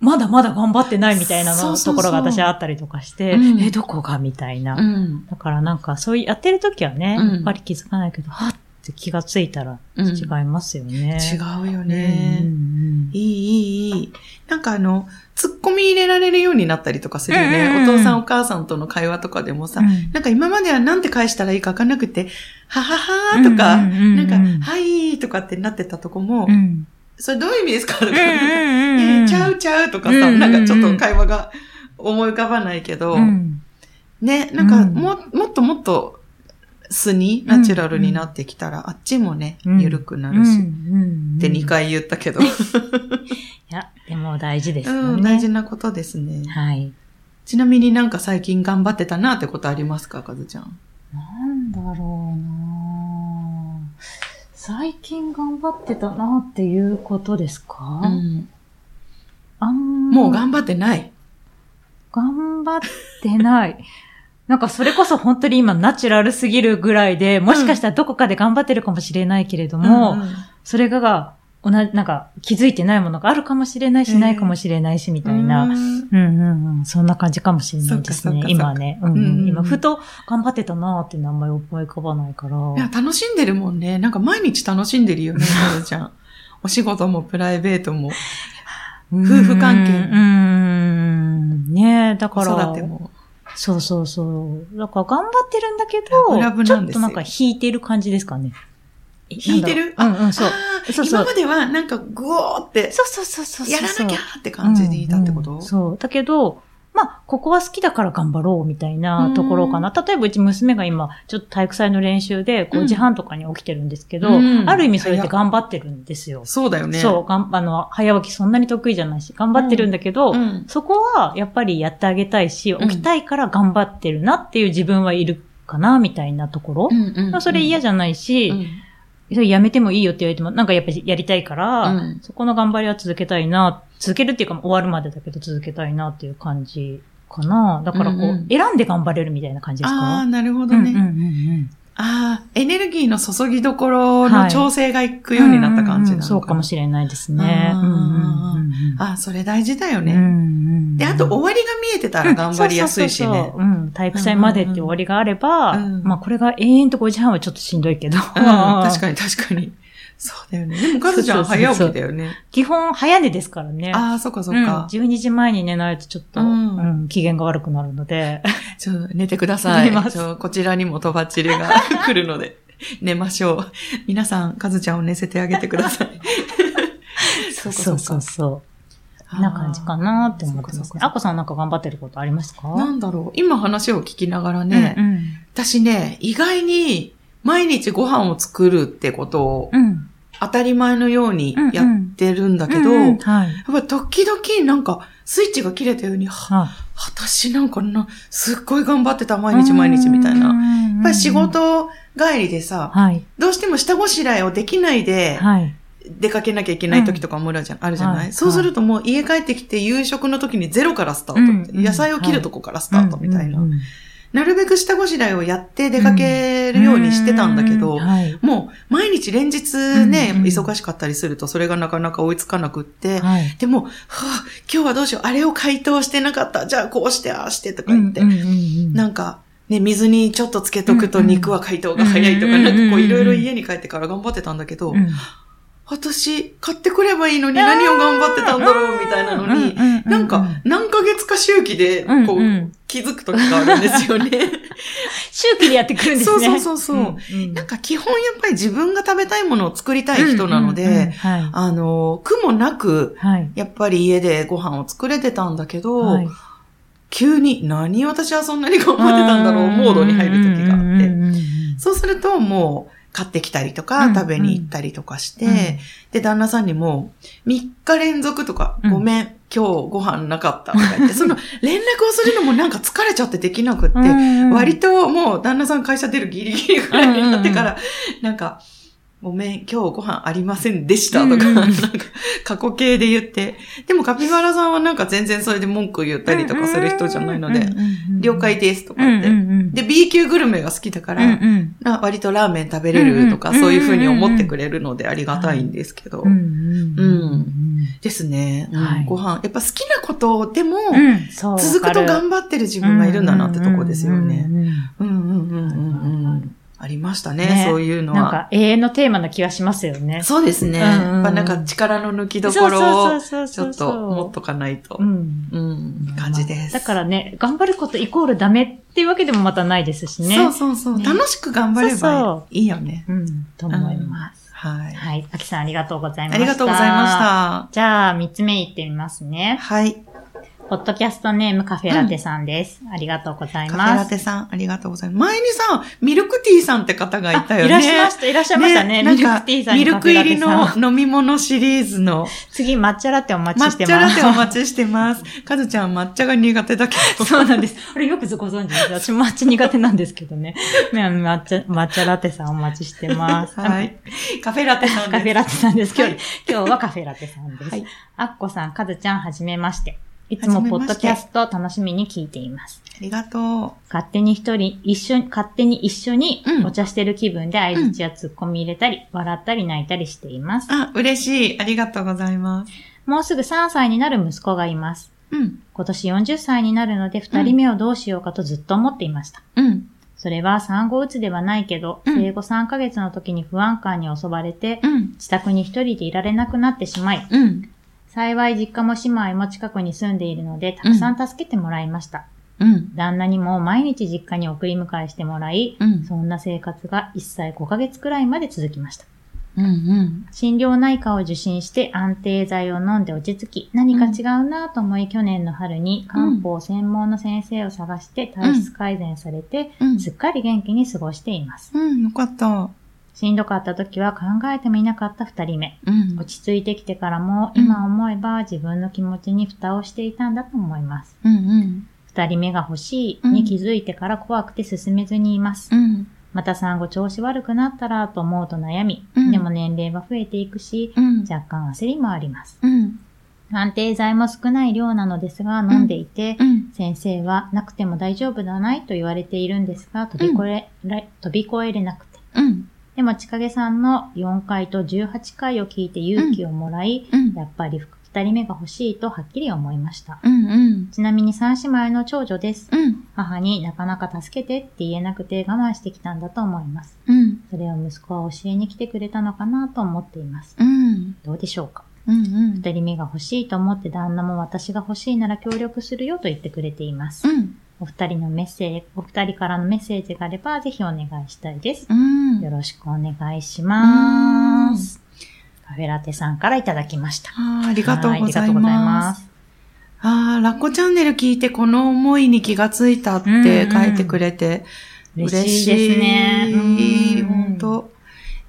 B: まだまだ頑張ってないみたいな
A: そう
B: の
A: そうそう
B: ところが私あったりとかして、
A: うん
B: え、どこがみたいな。
A: うん。
B: だからなんか、そういうやってる時はね、
A: うん
B: やっぱり気づかないけど、はっって気がついたら
A: うん
B: 違いますよね。
A: 違うよ
B: う
A: ね。
B: んうん
A: いい、いい、いい。なんかあの、突っ込み入れられるようになったりとかするよね。
B: うんうんうん
A: お父さんお母さんとの会話とかでもさ、
B: うん
A: なんか今まではなんて返したらいいかわかんなくて、はははーとか、
B: うんうんうんうん
A: なんか、はいーとかってなってたとこも、
B: うん
A: それどういう意味ですかとか、
B: うんうん
A: えーちゃうちゃうとかさ、
B: うんうんうん
A: なんかちょっと会話が思い浮かばないけど、
B: うん
A: ね、なんか
B: うん
A: も、もっともっと素にナチュラルになってきたら、あっちもね、
B: うん
A: 緩くなるし、っ
B: うんうん
A: て
B: う
A: 2
B: ん
A: 回言ったけど、
B: いや、でも大事です
A: う
B: よ
A: ん、
B: ね。
A: 大事なことですね。
B: はい。
A: ちなみになんか最近頑張ってたなってことありますか、かずちゃん。
B: なんだろうなぁ最近頑張ってたなっていうことですか、
A: うん、
B: あん
A: もう頑張ってない。
B: 頑張ってない。 なんかそれこそ本当に今ナチュラルすぎるぐらいで、もしかしたらどこかで頑張ってるかもしれないけれども、
A: うん
B: それがが同じ、なんか気づいてないものがあるかもしれないし、
A: うん
B: ないかもしれないし、みたいな。
A: うん
B: うんうんうん。そんな感じかもしれないです
A: そっ
B: ね
A: かそっかそっ。か
B: 今はね。うんう
A: うんうんうん
B: ん今、ふと頑張ってたなーっていうのはあんまり思い浮かばないから。
A: いや、楽しんでるもんね。なんか毎日楽しんでるよね、カズちゃん。お仕事もプライベートも、
B: 夫
A: 婦関係
B: うーん。ねえ、だ
A: 子
B: から。
A: 育ても。
B: そうそうそう。だから頑張ってるんだけ
A: ラブラブ
B: ど、ち
A: な
B: ょ
A: ん
B: っ
A: ですよ
B: となんか引いてる感じですかね。
A: 引いてる
B: なんだろううんうん、そう。
A: あー
B: そうそう
A: 今まではなんかグオーって、
B: そうそうそうそうそう。
A: やらなきゃーって感じでいたってこと、
B: うんうんそう。だけど、まあ、ここは好きだから頑張ろうみたいなところかな。例えばうち娘が今、ちょっと体育祭の練習で
A: うん
B: 5時半とかに起きてるんですけど、
A: うん
B: ある意味それって頑張ってるんですよ。
A: そうだよね。
B: そう、がんあの、早起きそんなに得意じゃないし、頑張ってるんだけど、
A: うん。
B: そこはやっぱりやってあげたいし、
A: うん
B: 起きたいから頑張ってるなっていう自分はいるかな、みたいなところ。
A: うんうん
B: まあそれ嫌
A: じ
B: じゃないし、
A: うん
B: それやめてもいいよって言われても、なんかやっぱりやりたいから、
A: うん
B: そこの頑張りは続けたいな、続けるっていうか終わるまでだけど続けたいなっていう感じかな。だからこう、
A: うんうん
B: 選んで頑張れるみたいな感じですか
A: ああ、なるほど
B: う
A: ね。
B: んうんうんうん
A: ああ、エネルギーの注ぎどころの調整がいくようになった感じなのか、
B: うんうんうんそうかもしれないですね。
A: あー
B: うんうんうんうん
A: ああ、それ大事だよ
B: うん
A: ね。
B: うんうん
A: で、あと終わりが見えてたら頑張りやすいし
B: そうそう
A: ね
B: そう。そううん。体育祭までって終わりがあれば、
A: うんうんうん
B: まあこれが永遠と5時半はちょっとしんどいけど。
A: うん、確
B: に。
A: かに確かに。そうだよね。でも、カズちゃん
B: そうそうそ
A: 早
B: うそう
A: 起きだよね。
B: 基本早寝ですからね。
A: ああ、そっかそ
B: うん
A: っか。
B: 12時前に寝ないとちょっと、
A: う
B: うんん機嫌が悪くなるので。
A: ちょっと寝てください。
B: 寝ます
A: ちょこちらにもとばっちりが 来るので、寝ましょう。皆さん、カズちゃんを寝せてあげてください。そうかそうか
B: そうそうそんな感じかなって思ってますね。
A: あー
B: あこさんなんか頑張ってることありますか
A: なんだろう。今話を聞きながらね、
B: うん
A: 私ね、意外に毎日ご飯を作るってことを
B: うん。うん。
A: 当たり前のようにやってるんだけど、
B: うんうん
A: や
B: はい。
A: っぱり時々なんかスイッチが切れたように、は
B: は
A: 私なんかな、すっごい頑張ってた毎日毎日みたいな。やっ
B: なや
A: ぱり仕。事帰りでさ、
B: はい。
A: どうしても下ごしらえをできないで
B: はい。
A: 出かけなきゃいけない時とかもあるじゃん、あるじゃない、
B: はい
A: そうするともう家帰ってきて夕食の時にゼロからスタートって、
B: うんうん
A: 野菜を切るとこからスタートみたいな。
B: うんうんうん
A: なるべく下ごしらえをやって出かけるようにしてたんだけど、
B: はい。
A: もう毎日連日ね、
B: うんうん
A: 忙しかったりするとそれがなかなか追いつかなくって、
B: はい。
A: でも、はあ、今日はどうしよう、あれを解凍してなかった、じゃあこうして、ああしてとか言って、
B: うんうんうんうん
A: なんか、ね、水にちょっとつけとくと
B: うんうん
A: 肉は解凍が早いとか、
B: うんうん
A: なんかこういろいろ家に帰ってから頑張ってたんだけど、
B: うん
A: 私、買ってくればいいのに何を頑張ってたんだろうみたいなのに、なん か、何ヶ月か周期で、
B: うんうん
A: こう、気づく時があるんですよね。
B: 周期でやってくるんです
A: そう
B: ね。
A: そうそうそう。
B: うん
A: なんか基本やっぱり自分が食べたいものを作りたい人なので、
B: うんうんうんはい。
A: あの、苦もなく、
B: はい。
A: やっぱり家でご飯を作れてたんだけど、
B: はい
A: 急に何私はそんなに頑張ってたんだろうモードに入る時があって、
B: うんうんうんうん
A: そうするともう買ってきたりとか、
B: うん
A: 食べに行ったりとかして、で、旦那さんにも3日連続とか、
B: うん
A: ごめん、今日ご飯なかったとか言っ て、その連絡をするのもなんか疲れちゃってできなくって、
B: うんうんうん
A: 割ともう旦那さん会社出るギリギリぐらいになってから、なんか、ごめん、今日ご飯ありませんでしたとか、
B: うんうん
A: なんか過去形で言って。でもカピバラさんはなんか全然それで文句言ったりとかする人じゃないので、
B: うんうんうん
A: 了解ですとか
B: うん
A: 言
B: うん
A: って。
B: うん
A: で、B 級グルメが好きだから、
B: うんうん
A: な割とラーメン食べれるとか、
B: うんうん
A: そういうふうに思ってくれるのでありがたいんですけど。
B: うんうん
A: ですね、うん
B: はい
A: ご飯。やっぱ好きなことでも、
B: うんうんそう
A: 続くと
B: わかる
A: 頑張ってる自分がいるんだなってとこですよね。
B: うんうんうんうん
A: うんうんうんうんうん。ありましたね、
B: ね
A: そういうの
B: なん
A: は。
B: か永遠のテーマな気がしますよね。
A: そうですね。
B: うんう
A: や
B: ん
A: っぱなんか力の抜きどころを
B: そう
A: ちょっと持っとかないと
B: う。ん
A: うん、感じです。
B: だからね、頑張ることイコールダメっていうわけでもまたないですしね。
A: そうそうそう。
B: ね
A: 楽しく頑張れ
B: そう
A: ば
B: そ
A: いいよね。
B: うん、と思います。
A: はい。
B: はい。あきさんありがとうございまし
A: あ
B: た。
A: りがとうございまし。た。
B: じゃあ、三つ目いってみますね。
A: はい。
B: ポッドキャストネームカフェラテさんです。ありがとうござい
A: カフェ
B: ま
A: ラ
B: す。
A: テさん、ありがとうございます。前にさ、ミルクティーさんって方がいたよね。
B: いらっしゃいました、いらっしゃいましたね。
A: なん
B: ミル
A: か
B: クティーさん
A: ミ
B: に
A: ル
B: カフ
A: ク
B: ェ
A: 入
B: ラ
A: り
B: テさん。
A: の飲み物シリーズの
B: 次、抹茶ラテお待ちして
A: 抹茶
B: ま
A: ラ
B: す。
A: テお待ちしてます。カズちゃん抹茶が苦手だけど。
B: そうなんです。あれよくご存知です。私抹茶苦手なんですけど ね。ねあの抹茶、抹茶ラテさんお待ちしてます。
A: はい。カフェラテさんです。
B: カフェラテさんです。今日、
A: はい
B: 今日はカフェラテさんです。
A: はい
B: あっこさん、かずちゃん、はじめまして。いつもポッドキャストを楽しみに聞いています。
A: ありがと
B: 勝手に一人、一緒に、勝手に一緒に
A: うん
B: お茶してる気分で相槌やツッコミ入れたり、笑ったり泣いたりしています
A: う。。あ、嬉しい。ありがとうございます。
B: もうすぐ3歳になる息子がいます。
A: うん。
B: 今年40歳になるので2人目をどうしようかとずっと思っていました。
A: うん。
B: それは産後うつではないけど、
A: うん
B: 生後3ヶ月の時に不安感に襲われて、
A: うん。
B: 自宅に一人でいられなくなってしまい、
A: うん。
B: 幸い実家も姉妹も近くに住んでいるので、たくさん助けてもらいました。
A: うん。
B: 旦那にも毎日実家に送り迎えしてもらい、
A: うん。
B: そんな生活が1歳5ヶ月くらいまで続きました。
A: うん。うん。
B: 心療内科を受診して安定剤を飲んで落ち着き、何か違うなぁと思い、去年の春に漢方専門の先生を探して体質改善されて、
A: うん。
B: すっかり元気に過ごしています。
A: うん。よかった。
B: しんどかった時は考えてもいなかった二人目。
A: うん。
B: 落ち着いてきてからも、
A: うん
B: 今思えば自分の気持ちに蓋をしていたんだと思います。
A: うん。うん。
B: 二人目が欲しい
A: うん
B: に気づいてから怖くて進めずにいます。
A: うん。
B: また産後調子悪くなったらと思うと悩み、
A: うん
B: でも年齢が増えていくし、
A: うん。
B: 若干焦りもあります。
A: うん。
B: 安定剤も少ない量なのですが飲んでいて、
A: うん。
B: 先生はなくても大丈夫だないと言われているんですが、飛び越え、ら飛び越えれなくて。
A: うん。
B: でも、ちかげさんの4回と18回を聞いて勇気をもらい、
A: うん。
B: やっぱり2人目が欲しいとはっきり思いました。
A: うん。うん。
B: ちなみに3姉妹の長女です。
A: うん。
B: 母になかなか助けてって言えなくて我慢してきたんだと思います。
A: うん。
B: それを息子は教えに来てくれたのかなと思っています。
A: うん。
B: どうでしょうか
A: うん。
B: 二人目が欲しいと思って旦那も私が欲しいなら協力するよと言ってくれています。
A: うん。
B: お二人のメッセージ、お二人からのメッセージがあればぜひお願いしたいです。
A: うん。
B: よろしくお願いします。カフェラテさんからいただきました。
A: あーあり
B: あ
A: がとうございます。
B: す。
A: ああ、ラッコチャンネル聞いてこの思いに気がついたって書いてくれて、
B: 嬉しいですね。
A: 嬉しい
B: うん
A: 本当。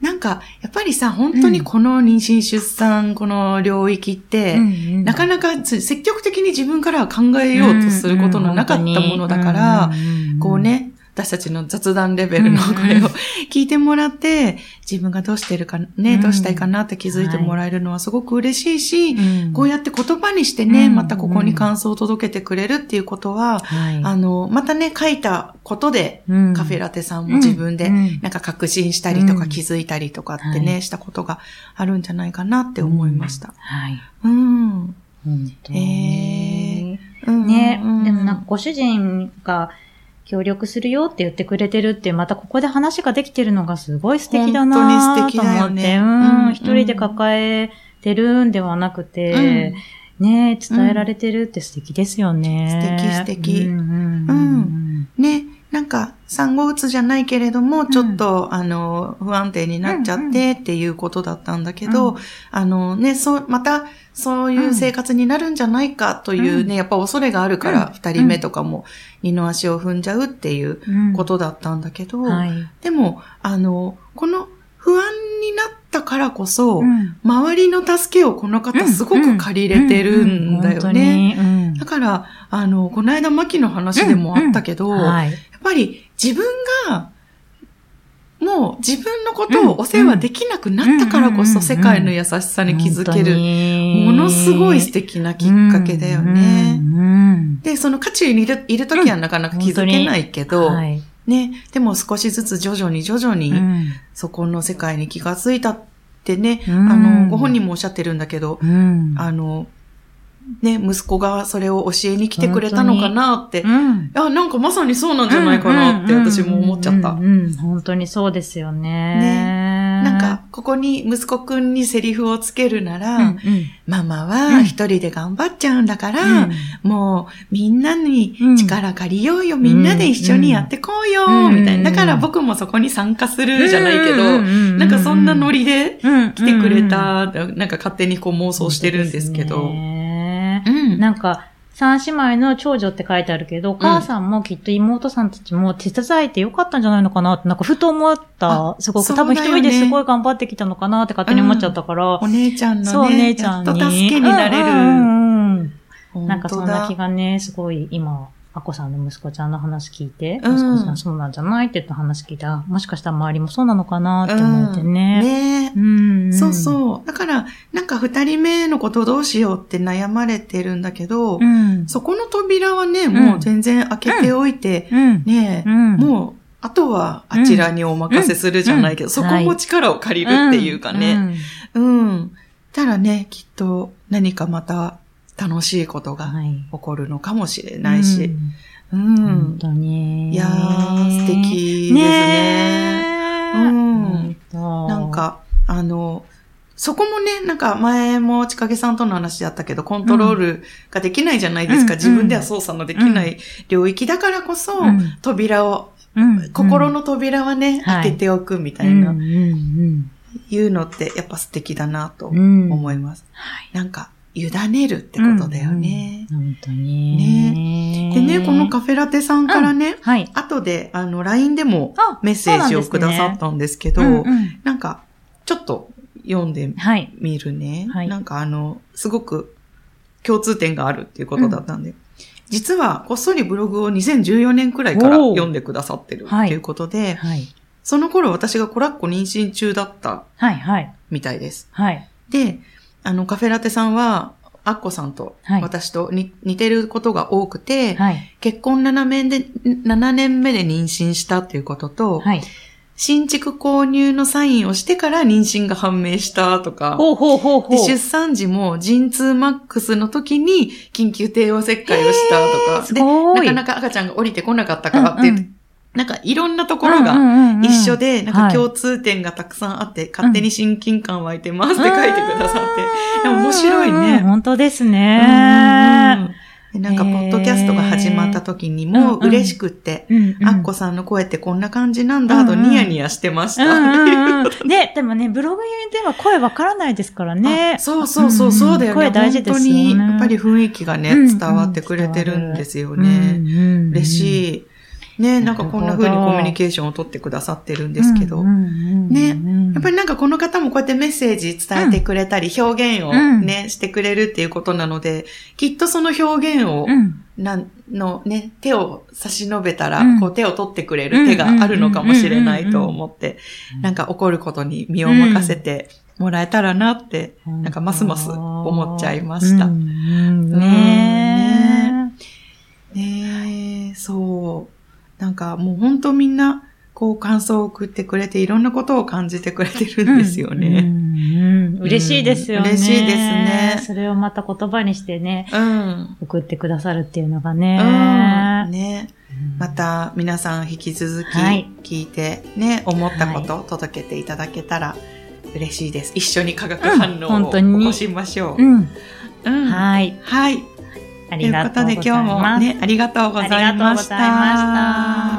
A: なんか、やっぱりさ、本当にこの妊娠出産、この領域って、なかなかつ積極的に自分からは考えようとすることのなかったものだから、、こう、ね、私たちの雑談レベルの
B: うん
A: これを聞いてもらって、自分がどうしてるかね、
B: うん
A: どうしたいかなって気づいてもらえるのはすごく嬉しいし、こう
B: や
A: やって言葉にしてね、
B: うん
A: またここに感想を届けてくれるっていうことは、あの、またね、書いたことで、カフェ
B: ラ
A: ラテさんも自分で、なんか確信したりと
B: う
A: か
B: ん
A: 気づいたりとかって
B: は
A: ね、したことがあるんじゃないかなって思いました。
B: はい。
A: うん。
B: 本当
A: へうん
B: ね、
A: うん
B: でもなんかご主人が協力するよって言ってくれてるって、またここで話ができてるのがすごい素敵だな
A: 本当に素
B: と
A: 敵だよ
B: 思って、
A: ね
B: う
A: うん
B: ん、一人で抱えてるんではなくて、ね、伝えられてるって素敵ですよね。
A: うん素敵素敵
B: うんうんう
A: うんね、なんか産後うつじゃないけれども、ちょっと、あの、不安定になっちゃってっていうことだったんだけど、
B: うん
A: あのね、そう、また、そういう生活になるんじゃないかというね、やっぱ恐れがあるか
B: う
A: ら、
B: ん
A: 二、人目とかも二の足を踏んじゃうっていう
B: うん
A: ことだったんだけど、
B: はい。
A: でも、あの、この不安になったからこそ、
B: うん
A: 周りの助けをこの方すごく借りれてるんだよね。
B: うんうん本
A: だから、あの、この間、マキの話でもあったけど、
B: 当に。
A: やっ
B: はい。
A: ぱり自分が、もう自分のことをお世話できなくなったからこ
B: うんうんうんう
A: そ
B: ん
A: 世界の優しさに気づける、
B: も
A: ものすごい素敵なきっかけだよね。で、その渦中にいるいる時はなかなか気づけないけど、
B: はい。
A: ね、でも少しずつ徐々に徐々に
B: あ
A: そこの世界に気がついたってね、あの、ご本人もおっしゃってるんだけど、
B: うん
A: あの、ね、息子がそれを教えに来てくれたのかなって。
B: うん
A: あ、なんかまさにそうなんじゃないかなって私も思っちゃっ
B: う
A: た
B: ん。うんうんうん本当にそうですよね。
A: なんか、ここに息子くんにセリフをつけるなら、
B: うん、うん
A: ママ
B: う
A: は
B: ん
A: 一人で頑張っちゃうんだから、
B: うん
A: もうみんなに
B: うん
A: 力借りようよ、みんなで一緒にやってこうよ、
B: うん
A: みたいな。
B: うん
A: だから僕もそこに参加するじゃないけど、
B: うう
A: なんかそんなノリで来
B: 来
A: てくれた、なんか勝手にこう妄想してるんですけど。うん
B: なんか、三姉妹の長女って書いてあるけど、お母さんもきっと妹さんたちも手伝えてよかったんじゃないのかなって、なんかふと思った。
A: あ
B: すごく、
A: そうだ
B: 多
A: よ
B: 分
A: ね
B: 一人ですごい頑張ってきたのかなって勝手に思っちゃったから。
A: お姉ちゃんのね、
B: そう、姉ちゃんに。
A: やっと助けになれる。
B: うんうんうん
A: 本当だ
B: なんかそんな気がね、すごい今、あこさんの息子ちゃんの話聞いて、
A: うん
B: 息子さんそうなんじゃないって言った話聞いたら、もしかしたら周りもそうなのかなって思ってね。
A: ねえ
B: うん。
A: そうそう。だから、なんか二人目のことどうしようって悩まれてるんだけど、
B: うん。
A: そこの扉はね、もう全然開けておいて、
B: うん。
A: ねえ、
B: んう、
A: もう、あとはあちらにお任せするじゃないけど、
B: うん
A: そこも力を借りるっていうかね。うん。たらね、きっと何かまた楽しいこと
B: うん。
A: が
B: はい。
A: 起こるのかもしれないし。うん。
B: うん。本当に。
A: いやー、素敵です
B: ね
A: ね。
B: え。
A: うん
B: ほと
A: なん、か、あの、そこもね、なんか前も千景さんとの話だったけど、コントロールができないじゃないですか。
B: うん
A: 自分では操作のできない領域だからこそ、
B: うん
A: 扉を、
B: うん
A: 心の扉はね、
B: は
A: 開
B: い
A: けておくみた
B: う
A: い
B: ん
A: な、
B: うんうん
A: いうのってやっぱ素敵だなと
B: うん。
A: 思います。なんか、委ねるってことだよね。
B: うん。本当に。
A: でね、このカフェラテさんからね、
B: はい。
A: 後で、あの、LINE でも
B: あ
A: メッセージをくださったんですけど、
B: う
A: なん
B: うん
A: んか、ちょっと読んで
B: はい。
A: 見るね。
B: はい
A: なんかあの、すごく共通点があるっていうことだったんで。実は、こっそりブログを2014年くらいから
B: おー
A: 読んでくださってるっていうことで、
B: はい。
A: その頃私がコラッコ妊娠中だった
B: はい。はい。
A: みたいです。
B: はい。
A: で、あの、カフェラテさんは、アッコさんと
B: はい
A: 私とに、似てることが多くて、
B: はい。
A: 結婚7年で、7年目で妊娠したっていうことと、
B: はい。
A: 新築購入のサインをしてから妊娠が判明したとか、
B: ほうほうほうほう。
A: で、出産時も陣痛マックスの時に緊急帝王切開をしたとか、
B: すごい。
A: で、なかなか赤ちゃんが降りてこなかったからっていう、なんかいろんなところが
B: が
A: 一緒で、なん
B: は
A: か
B: い
A: 共通点がたくさんあって、勝手に親近感湧いてますって書いてくださって、で
B: て
A: も面白いね
B: 本当です
A: うん
B: ね。
A: でなんかポッドキャストが始まった時に
B: うん
A: も
B: うん
A: 嬉しくって、
B: うんうん
A: アッコさんの声ってこんな感じなんだ
B: うん
A: とニヤニヤしてまし
B: う
A: た。
B: んうんうん。で、でもね、ブログでは声わからないですからね
A: あ。そうそうそう、そうだよね。
B: 声大事ですよね
A: 本当に、やっぱり雰囲気がね、
B: うんうん
A: 伝わってくれてるんですよね。
B: うん。
A: 嬉
B: い
A: しい。ね、なんかこんな風に
B: なるほど
A: コミュニケーションを取ってくださってるんですけど、ねや
B: や
A: っぱ
B: り、
A: りなんかこの方もこうやってメッセージ伝えてくれたり、表現をね、してくれるっていうことなので、きっとその表現を、
B: うん
A: なんのね、手を差し伸べたら、
B: うん
A: こう手を取ってくれる手があるのかもしれないと思って、なんか起こることに身を任せてもらえたらなって、なんかますます思っちゃいました
B: うんうんね
A: ねえ、そう。なんかもう本当みんな、こう感想を送ってくれて、いろんなことを感じてくれてるんですよ
B: う
A: ね。
B: んうん嬉しいですよね。
A: 嬉しいですね
B: それをまた言葉にしてね、
A: うん。
B: 送ってくださるっていうのが
A: う
B: ね。
A: ん。ね
B: うん
A: また皆さん引き続き
B: はい
A: 聞いてね、思ったことを届けていただけたら嬉しいです。一緒に化学反
B: うん
A: 応を
B: 本当に
A: 起こしましょう。
B: うん。
A: うん
B: はい。
A: はい。と
B: あ
A: い
B: り
A: う
B: が
A: こと
B: うご
A: と
B: ざ
A: で
B: います。
A: 今日もね、ありがとうございました。
B: ありがとうございました